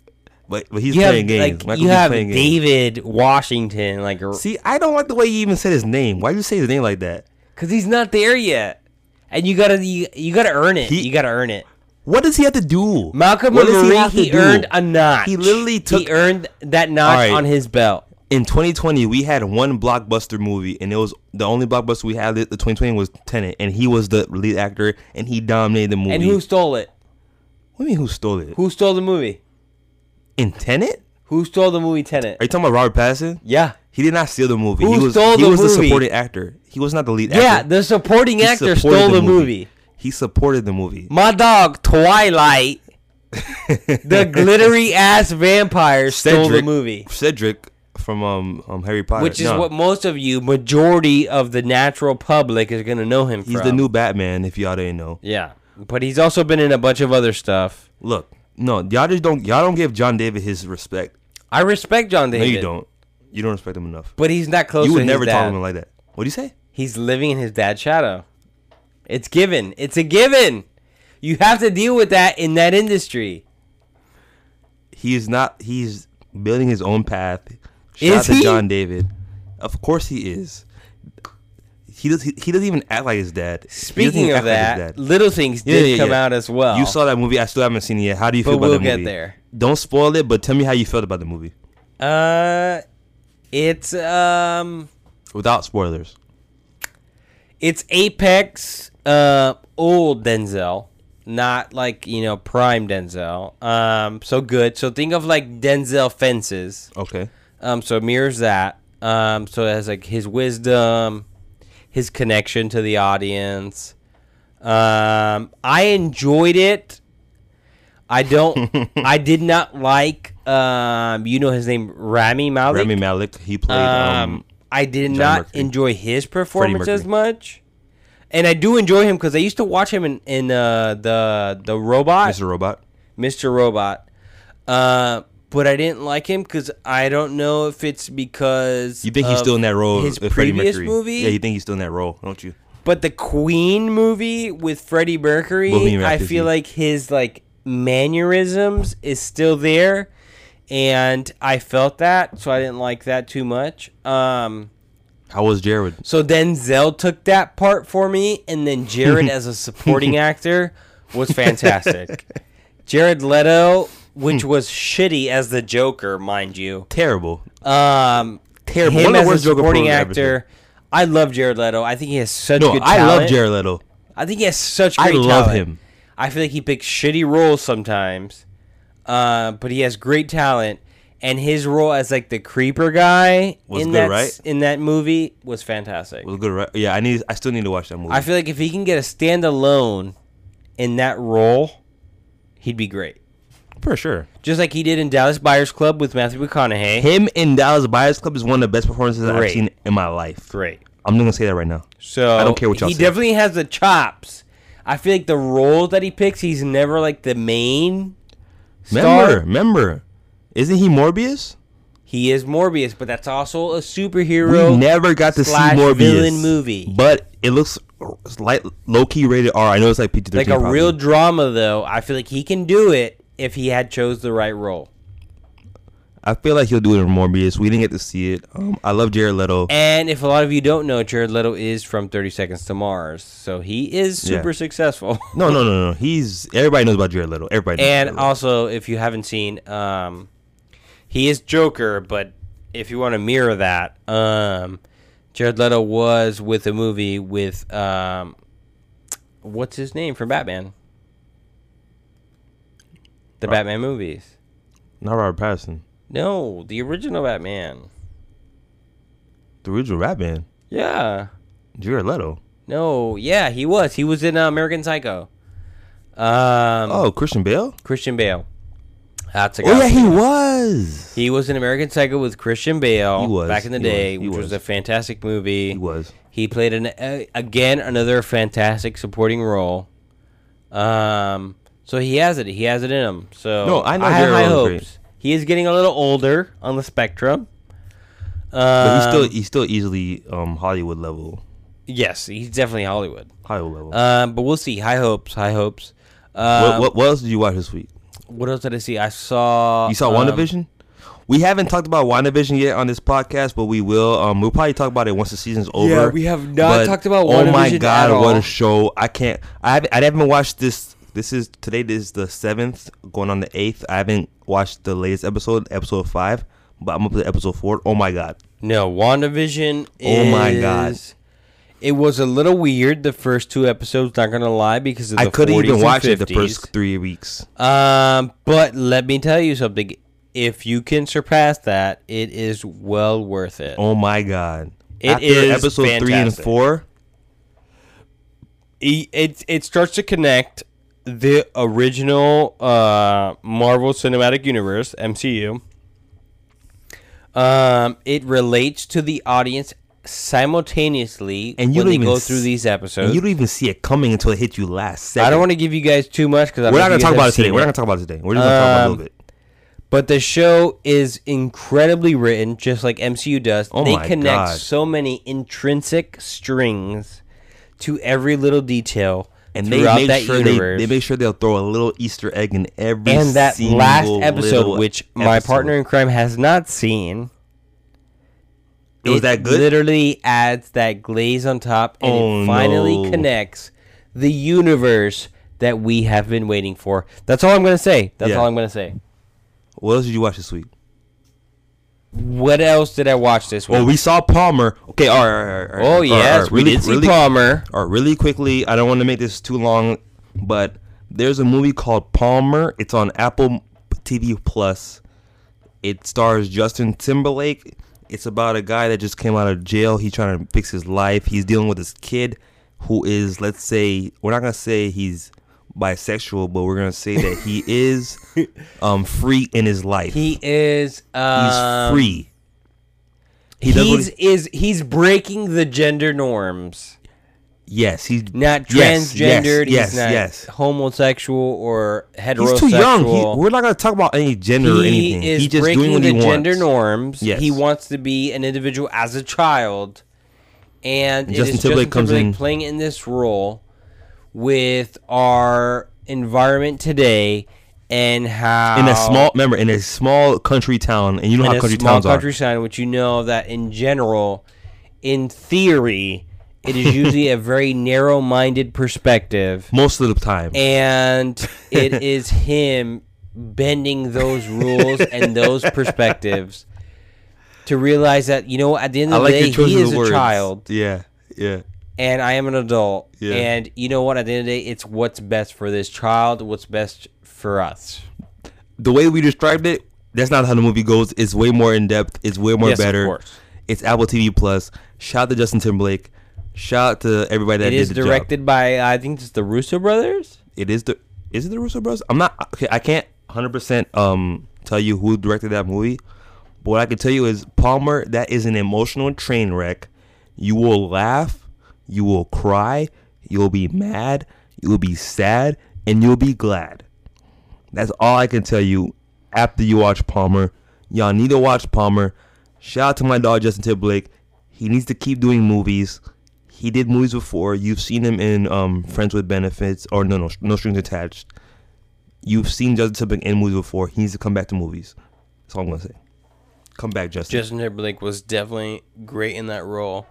Speaker 2: but but he's
Speaker 1: You have
Speaker 2: playing games.
Speaker 1: like
Speaker 2: Michael
Speaker 1: you
Speaker 2: B's
Speaker 1: have
Speaker 2: playing games.
Speaker 1: David Washington, like
Speaker 2: See, I don't like the way you even said his name. Why do you say his name like that?
Speaker 1: because he's not there yet, and you gotta you, you gotta earn it.
Speaker 2: He-
Speaker 1: you gotta earn it.
Speaker 2: What does he have to do?
Speaker 1: Malcolm
Speaker 2: What does
Speaker 1: McGree,
Speaker 2: have to
Speaker 1: he,
Speaker 2: do?
Speaker 1: earned a notch.
Speaker 2: He literally took-
Speaker 1: he earned that notch
Speaker 2: All right.
Speaker 1: on his belt.
Speaker 2: in 2020 we had one blockbuster movie and it was the only blockbuster we had the 2020 was Tenet and he was the lead actor and he dominated the movie.
Speaker 1: And who stole it?
Speaker 2: What do you mean who stole it?
Speaker 1: Who stole the movie?
Speaker 2: In Tenet?
Speaker 1: Who stole the movie Tenet?
Speaker 2: Are you talking about Robert Pattinson?
Speaker 1: Yeah,
Speaker 2: He did not steal the movie.
Speaker 1: Who
Speaker 2: he was
Speaker 1: stole
Speaker 2: he
Speaker 1: the
Speaker 2: was the
Speaker 1: movie?
Speaker 2: supporting actor. He was not the lead
Speaker 1: yeah.
Speaker 2: actor.
Speaker 1: The supporting
Speaker 2: He
Speaker 1: actor
Speaker 2: supported
Speaker 1: stole the movie.
Speaker 2: He supported the movie.
Speaker 1: My dog Twilight, the glittery ass vampire, stole the movie.
Speaker 2: Cedric from um, um Harry Potter.
Speaker 1: which is
Speaker 2: No,
Speaker 1: what most of you, majority of the natural public, is gonna know him
Speaker 2: He's
Speaker 1: from.
Speaker 2: the new Batman if y'all didn't know.
Speaker 1: yeah, but he's also been in a bunch of other stuff.
Speaker 2: Look, no, y'all just don't y'all don't give John David his respect.
Speaker 1: I respect John David.
Speaker 2: No, you don't. You don't respect him enough.
Speaker 1: But he's not close.
Speaker 2: You
Speaker 1: to
Speaker 2: would
Speaker 1: his
Speaker 2: never
Speaker 1: dad.
Speaker 2: talk to him like that. What do you say?
Speaker 1: He's living in his dad's shadow. It's given. It's a given. You have to deal with that in that industry.
Speaker 2: He's not. He's building his own path. Shout
Speaker 1: Is
Speaker 2: out to
Speaker 1: he?
Speaker 2: John David. Of course he is. He does. He, he doesn't even act like his dad. He doesn't
Speaker 1: Speaking
Speaker 2: even
Speaker 1: of
Speaker 2: act like
Speaker 1: that,
Speaker 2: his dad.
Speaker 1: little things
Speaker 2: Yeah,
Speaker 1: did
Speaker 2: yeah,
Speaker 1: come
Speaker 2: yeah.
Speaker 1: out as well.
Speaker 2: you saw that movie. I still haven't seen it yet. How do you feel
Speaker 1: But
Speaker 2: about
Speaker 1: we'll
Speaker 2: the
Speaker 1: get
Speaker 2: movie?
Speaker 1: there.
Speaker 2: Don't spoil it, but tell me how you felt about the movie
Speaker 1: Uh, it's um,
Speaker 2: without spoilers.
Speaker 1: it's Apex. Uh, old Denzel, not like you know prime Denzel. Um, so good. So think of like Denzel fences.
Speaker 2: Okay.
Speaker 1: Um, so it mirrors that. Um, so it has like his wisdom, his connection to the audience. Um, I enjoyed it. I don't. I did not like. Um, you know his name, Rami Malek.
Speaker 2: Rami Malik. He played.
Speaker 1: um,
Speaker 2: Um,
Speaker 1: I did
Speaker 2: John
Speaker 1: not
Speaker 2: Mercury.
Speaker 1: enjoy his performance as
Speaker 2: Mercury.
Speaker 1: much. And I do enjoy him because I used to watch him in, in uh, the the robot.
Speaker 2: Mr. Robot.
Speaker 1: Mr. Robot. Uh, but I didn't like him because I don't know if it's because
Speaker 2: You think he's
Speaker 1: of
Speaker 2: still in that role?
Speaker 1: His
Speaker 2: with Freddie
Speaker 1: previous
Speaker 2: Mercury.
Speaker 1: movie,
Speaker 2: Yeah, you think he's still in that role, don't you?
Speaker 1: but the Queen movie with Freddie Mercury,
Speaker 2: Bohemian
Speaker 1: I
Speaker 2: Rhapsody.
Speaker 1: feel like his like mannerisms is still there, and I felt that, so I didn't like that too much. Um,
Speaker 2: How was Jared?
Speaker 1: so then Zell took that part for me, and then Jared as a supporting actor was fantastic. Jared Leto, which
Speaker 2: Hmm.
Speaker 1: was shitty as the Joker, mind you.
Speaker 2: Terrible.
Speaker 1: Um,
Speaker 2: Terrible.
Speaker 1: him
Speaker 2: One of the
Speaker 1: as a
Speaker 2: worst Joker
Speaker 1: supporting
Speaker 2: roles I've ever seen.
Speaker 1: actor. I love Jared Leto. I think he has such
Speaker 2: No,
Speaker 1: good
Speaker 2: I
Speaker 1: talent.
Speaker 2: love Jared Leto.
Speaker 1: I think he has such
Speaker 2: I
Speaker 1: great
Speaker 2: love
Speaker 1: talent.
Speaker 2: him.
Speaker 1: I feel like he picks shitty roles sometimes, uh, but he has great talent. And his role as like the creeper guy
Speaker 2: Was
Speaker 1: in
Speaker 2: good,
Speaker 1: that
Speaker 2: right?
Speaker 1: in that movie was fantastic.
Speaker 2: It was good, right? Yeah, I need. I still need to watch that movie.
Speaker 1: I feel like if he can get a standalone in that role, he'd be great.
Speaker 2: for sure.
Speaker 1: Just like he did in Dallas Buyers Club with Matthew McConaughey.
Speaker 2: Him in Dallas Buyers Club is one of the best performances I've
Speaker 1: Great.
Speaker 2: seen in my life.
Speaker 1: Great.
Speaker 2: I'm just gonna say that right now.
Speaker 1: So
Speaker 2: I don't care what y'all
Speaker 1: He
Speaker 2: say.
Speaker 1: definitely has the chops. I feel like the roles that he picks, he's never like the main
Speaker 2: Remember,
Speaker 1: star.
Speaker 2: remember, isn't he Morbius?
Speaker 1: He is Morbius, but that's also a
Speaker 2: We
Speaker 1: superhero.
Speaker 2: never got to see
Speaker 1: slash
Speaker 2: Morbius
Speaker 1: villain movie.
Speaker 2: but it looks light, low key rated R. I know it's like PG
Speaker 1: like
Speaker 2: thirteen.
Speaker 1: a real drama though. I feel like he can do it if he had chose the right role.
Speaker 2: I feel like he'll do it in Morbius. We didn't get to see it. Um, I love Jared Leto.
Speaker 1: And if a lot of you don't know, Jared Leto is from 30 Seconds to Mars, so he is
Speaker 2: Yeah.
Speaker 1: super successful.
Speaker 2: no, no, no, no. He's everybody knows about Jared Leto. Everybody. Knows
Speaker 1: and
Speaker 2: about Jared
Speaker 1: also, if you haven't seen, um, he is Joker, but if you want to mirror that, um, Jared Leto was with a movie with um, what's his name from Batman, the Batman movies.
Speaker 2: Leto. not
Speaker 1: uh,
Speaker 2: Robert Pattinson,
Speaker 1: No, the original Batman.
Speaker 2: the original rap band,
Speaker 1: Yeah.
Speaker 2: Jared Leto.
Speaker 1: No, yeah, he was. He was in uh, American Psycho. Um,
Speaker 2: Oh, Christian Bale.
Speaker 1: Christian Bale. That's a guy.
Speaker 2: Oh yeah, he was.
Speaker 1: He was in American Psycho with Christian Bale
Speaker 2: He was,
Speaker 1: back in the
Speaker 2: he
Speaker 1: day,
Speaker 2: was, he
Speaker 1: which was.
Speaker 2: was.
Speaker 1: a fantastic movie.
Speaker 2: He was.
Speaker 1: He played an uh, again another fantastic supporting role. Um, so he has it. He has it in him. So
Speaker 2: No, I know
Speaker 1: have
Speaker 2: Jared
Speaker 1: high
Speaker 2: Leto's
Speaker 1: hopes.
Speaker 2: great.
Speaker 1: He is getting a little older on the spectrum.
Speaker 2: But he's
Speaker 1: Um,
Speaker 2: still he's still easily um Hollywood level.
Speaker 1: yes, he's definitely Hollywood.
Speaker 2: Hollywood level.
Speaker 1: Um, but we'll see. High hopes, high hopes. Um,
Speaker 2: what,
Speaker 1: what,
Speaker 2: what what else did you watch this week?
Speaker 1: else did I see? I saw.
Speaker 2: You saw
Speaker 1: um,
Speaker 2: WandaVision? We haven't talked about WandaVision yet on this podcast, but we will. Um, we'll probably talk about it once the season's over.
Speaker 1: we have not
Speaker 2: But,
Speaker 1: talked about
Speaker 2: Oh my
Speaker 1: WandaVision
Speaker 2: god,
Speaker 1: at
Speaker 2: what
Speaker 1: all.
Speaker 2: a show! I can't. I haven't. I haven't watched this. This is today. This is the seventh, going on the eighth. I haven't watched the latest episode, episode five, but I'm up to episode four. Oh my god!
Speaker 1: No, WandaVision
Speaker 2: Oh
Speaker 1: is.
Speaker 2: my God.
Speaker 1: It was a little weird the first two episodes, not gonna lie, because of
Speaker 2: I
Speaker 1: the
Speaker 2: couldn't
Speaker 1: 40s
Speaker 2: even
Speaker 1: and
Speaker 2: watch it the
Speaker 1: 50s.
Speaker 2: first three weeks.
Speaker 1: Um, but let me tell you something. If you can surpass that, it is well worth it.
Speaker 2: Oh my god!
Speaker 1: It
Speaker 2: After
Speaker 1: is
Speaker 2: episode three and
Speaker 1: fantastic.
Speaker 2: four.
Speaker 1: It E, it, it starts to connect the original uh, Marvel Cinematic Universe MCU. Um, it relates to the audience simultaneously
Speaker 2: And you
Speaker 1: when they
Speaker 2: don't even
Speaker 1: go
Speaker 2: s-
Speaker 1: through these
Speaker 2: And
Speaker 1: episodes.
Speaker 2: you don't even see it coming until it hit you last second.
Speaker 1: I don't want to give you guys too much because
Speaker 2: We're not gonna talk about it today. We're not gonna talk about it today. We're just gonna talk about it a
Speaker 1: Um,
Speaker 2: little bit.
Speaker 1: But the show is incredibly written, just like MCU does.
Speaker 2: Oh
Speaker 1: they
Speaker 2: my
Speaker 1: connect
Speaker 2: God.
Speaker 1: so many intrinsic strings to every little detail
Speaker 2: and they
Speaker 1: throughout
Speaker 2: make
Speaker 1: that
Speaker 2: sure they,
Speaker 1: universe.
Speaker 2: they make sure they'll throw a little Easter egg in every
Speaker 1: and that
Speaker 2: single
Speaker 1: last episode,
Speaker 2: little
Speaker 1: which my
Speaker 2: episode.
Speaker 1: partner in crime has not seen,
Speaker 2: it was that good.
Speaker 1: Literally adds that glaze on top, and
Speaker 2: Oh,
Speaker 1: it finally
Speaker 2: no.
Speaker 1: connects the universe that we have been waiting for. That's all I'm gonna say. That's
Speaker 2: Yeah.
Speaker 1: all I'm gonna say.
Speaker 2: what else did you watch this week?
Speaker 1: What else did I watch this week?
Speaker 2: Well, we saw Palmer. Okay, all right, all right, all right, all right, all
Speaker 1: oh
Speaker 2: right, all
Speaker 1: yes,
Speaker 2: right,
Speaker 1: we did see
Speaker 2: really,
Speaker 1: Palmer.
Speaker 2: all right, really quickly. I don't want to make this too long, but there's a movie called Palmer. It's on Apple TV Plus. It stars Justin Timberlake. It's about a guy that just came out of jail. He's trying to fix his life. He's dealing with this kid who is, let's say, we're not gonna say he's bisexual, but we're gonna say that he is um free in his life.
Speaker 1: He is.
Speaker 2: he's
Speaker 1: Um,
Speaker 2: free. He does what
Speaker 1: he's is he's breaking the gender norms.
Speaker 2: Yes, he's
Speaker 1: Not
Speaker 2: yes, yes,
Speaker 1: transgendered.
Speaker 2: Yes,
Speaker 1: he's not
Speaker 2: yes.
Speaker 1: homosexual or heterosexual.
Speaker 2: He's too young. He, we're not gonna talk about any gender or
Speaker 1: He
Speaker 2: anything.
Speaker 1: is
Speaker 2: he's just
Speaker 1: breaking
Speaker 2: doing what
Speaker 1: the
Speaker 2: he wants.
Speaker 1: gender norms.
Speaker 2: Yes.
Speaker 1: He wants to be an individual as a child, and
Speaker 2: Justin
Speaker 1: it is
Speaker 2: Timberlake
Speaker 1: Justin
Speaker 2: comes
Speaker 1: Timberlake
Speaker 2: in.
Speaker 1: playing in this role with our environment today and how
Speaker 2: in a small, remember, in a small country town, and you know how
Speaker 1: in a
Speaker 2: country
Speaker 1: small
Speaker 2: towns
Speaker 1: country sign, which you know that in general, in theory, it is usually a very narrow-minded perspective,
Speaker 2: are most of the time.
Speaker 1: and it is him bending those rules and those perspectives to realize that you know what, at the end
Speaker 2: I
Speaker 1: of the
Speaker 2: like
Speaker 1: day
Speaker 2: your choice
Speaker 1: he
Speaker 2: of
Speaker 1: is
Speaker 2: the
Speaker 1: a
Speaker 2: words.
Speaker 1: child
Speaker 2: Yeah, yeah.
Speaker 1: and I am an adult,
Speaker 2: Yeah.
Speaker 1: and you know what at the end of the day it's what's best for this child, what's best for us.
Speaker 2: The way we described it, that's not how the movie goes. It's way more in depth. It's way more
Speaker 1: Yes, of
Speaker 2: better.
Speaker 1: course.
Speaker 2: It's Apple TV Plus. Shout out to Justin Timberlake. Shout out to everybody that
Speaker 1: It
Speaker 2: did
Speaker 1: is
Speaker 2: the job.
Speaker 1: directed by I think it's the Russo brothers.
Speaker 2: It is the is it the Russo Bros? I'm not okay, I can't 100% um tell you who directed that movie. But what I can tell you is Palmer that is an emotional train wreck. You will laugh, you will cry, you'll be mad, you'll be sad, and you'll be glad. That's all I can tell you after you watch Palmer. Y'all need to watch Palmer. Shout out to my dog Justin Timberlake. He needs to keep doing movies. He did movies before. You've seen him in um, Friends with Benefits or no, no, no strings attached. You've seen Justin Timberlake in movies before. He needs to come back to movies. That's all I'm gonna say. Come back, Justin.
Speaker 1: Justin Timberlake was definitely great in that role.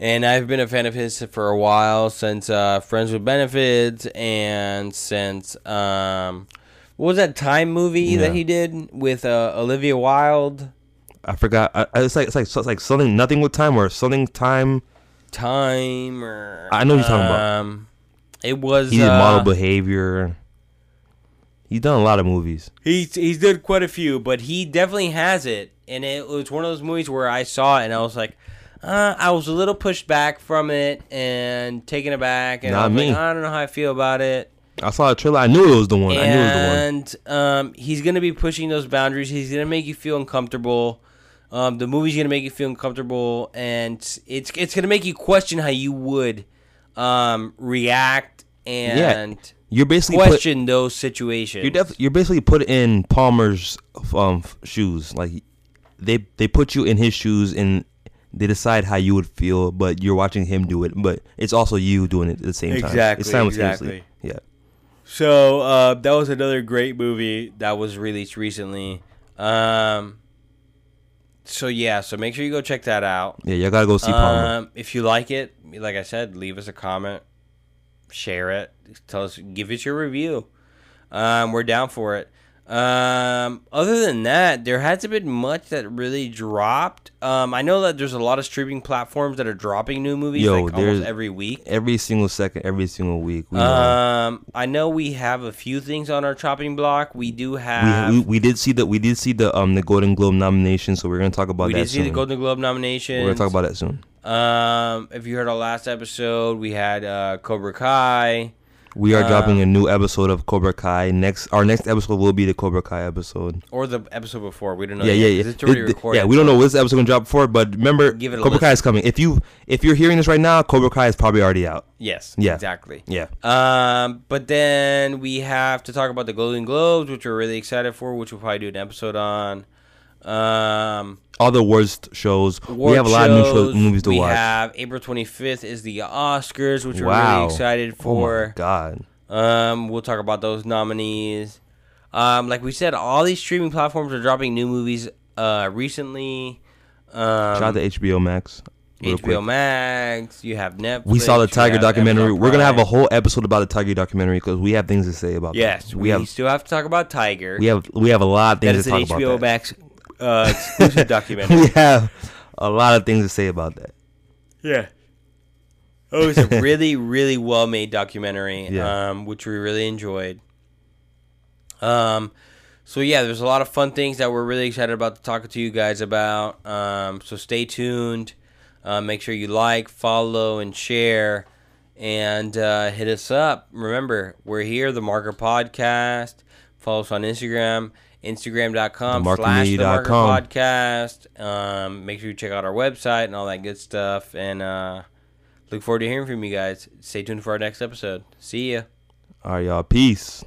Speaker 1: And I've been a fan of his for a while since uh, Friends with Benefits and since um, what was that time movie
Speaker 2: Yeah.
Speaker 1: that he did with uh, Olivia Wilde?
Speaker 2: I forgot. I, I- it's like it's like so- it's like something nothing with time or something time.
Speaker 1: Time or
Speaker 2: I know what you're talking about.
Speaker 1: Um, it was
Speaker 2: He did
Speaker 1: uh,
Speaker 2: model behavior. He's done a lot of movies.
Speaker 1: He's he's done quite a few, but he definitely has it. And it was one of those movies where I saw it and I was like, uh, I was a little pushed back from it and taken aback, and I
Speaker 2: Not
Speaker 1: was like,
Speaker 2: me.
Speaker 1: I don't know how I feel about it.
Speaker 2: I saw a trailer. I knew it was the one. I knew it was the one.
Speaker 1: And um, he's gonna be pushing those boundaries. He's gonna make you feel uncomfortable. Um, the movie's gonna make you feel uncomfortable, and it's it's gonna make you question how you would um, react and
Speaker 2: You're basically put,
Speaker 1: question those situations.
Speaker 2: you're def, you're basically put in Palmer's um f- shoes. Like they they put you in his shoes and they decide how you would feel, but you're watching him do it, but it's also you doing it at the same time.
Speaker 1: Exactly,
Speaker 2: It's simultaneously.
Speaker 1: exactly.
Speaker 2: Yeah.
Speaker 1: So uh, that was another great movie that was released recently. Um, so yeah, so make sure you go check that out.
Speaker 2: Yeah, y'all gotta go see Palmer.
Speaker 1: Um, if you like it, like I said, leave us a comment, share it, tell us, give it your review. Um, we're down for it. Um, other than that, there hasn't been much that really dropped. Um, I know that there's a lot of streaming platforms that are dropping new movies
Speaker 2: Yo,
Speaker 1: like
Speaker 2: there's-
Speaker 1: almost every week.
Speaker 2: Every single second, every single week. We, uh, know.
Speaker 1: Um, I know we have a few things on our chopping block. We do have.
Speaker 2: we,
Speaker 1: We,
Speaker 2: we, we did see the we did see the um the Golden Globe nomination, so we're gonna talk about that
Speaker 1: did see
Speaker 2: soon.
Speaker 1: the Golden Globe
Speaker 2: we're
Speaker 1: nomination.
Speaker 2: gonna talk about that soon.
Speaker 1: Um, if you heard our last episode, we had uh, Cobra Kai.
Speaker 2: We
Speaker 1: Uh,
Speaker 2: are dropping a new episode of Cobra Kai. Next, our next episode will be the Cobra Kai episode.
Speaker 1: or the episode before. We don't know.
Speaker 2: yeah,
Speaker 1: yet,
Speaker 2: yeah,
Speaker 1: 'cause
Speaker 2: yeah.
Speaker 1: It's already
Speaker 2: It- it-
Speaker 1: recorded.
Speaker 2: yeah, we don't know what this episode gonna drop before, but remember,
Speaker 1: Give it a
Speaker 2: Cobra Kai is coming. If you if you're hearing this right now, Cobra Kai is probably already out.
Speaker 1: Yes.
Speaker 2: Yeah.
Speaker 1: Exactly.
Speaker 2: Yeah,
Speaker 1: Um, but then we have to talk about the Golden Globes, which we're really excited for, which we'll probably do an episode on. Um,
Speaker 2: all the worst shows. we
Speaker 1: award
Speaker 2: have a lot of new shows,
Speaker 1: shows.
Speaker 2: movies to
Speaker 1: we
Speaker 2: watch.
Speaker 1: have April 25th is the Oscars, which we're
Speaker 2: Wow.
Speaker 1: really excited
Speaker 2: oh my
Speaker 1: for.
Speaker 2: god!
Speaker 1: um, we'll talk about those nominees. Um, like we said, all these streaming platforms are dropping new movies. Uh, recently. Um,
Speaker 2: Shout out to HBO Max. real
Speaker 1: HBO
Speaker 2: quick.
Speaker 1: Max. You have Netflix.
Speaker 2: We saw the
Speaker 1: you
Speaker 2: Tiger
Speaker 1: have
Speaker 2: documentary.
Speaker 1: Amazon
Speaker 2: We're gonna have a
Speaker 1: Prime.
Speaker 2: whole episode about the Tiger documentary because we have things to say about. that.
Speaker 1: yes. We,
Speaker 2: we have
Speaker 1: still have to talk about Tiger.
Speaker 2: we have we have a lot of
Speaker 1: that
Speaker 2: things
Speaker 1: is
Speaker 2: to
Speaker 1: an
Speaker 2: talk
Speaker 1: HBO
Speaker 2: about. that.
Speaker 1: Max uh, exclusive documentary.
Speaker 2: we have a lot of things to say about that.
Speaker 1: Yeah. Oh, it's a really, really well made documentary,
Speaker 2: Yeah.
Speaker 1: um, which we really enjoyed. Um, so yeah, there's a lot of fun things that we're really excited about to talk to you guys about. Um, so stay tuned. Uh, make sure you like, follow, and share, and uh, hit us up. Remember, we're here, the Marker Podcast. Follow us on Instagram, Instagram.com slash the Marker
Speaker 2: TheMarkerMedia.com.
Speaker 1: Podcast. Um, make sure you check out our website and all that good stuff. And uh, look forward to hearing from you guys. Stay tuned for our next episode. See ya.
Speaker 2: All right, y'all. Peace.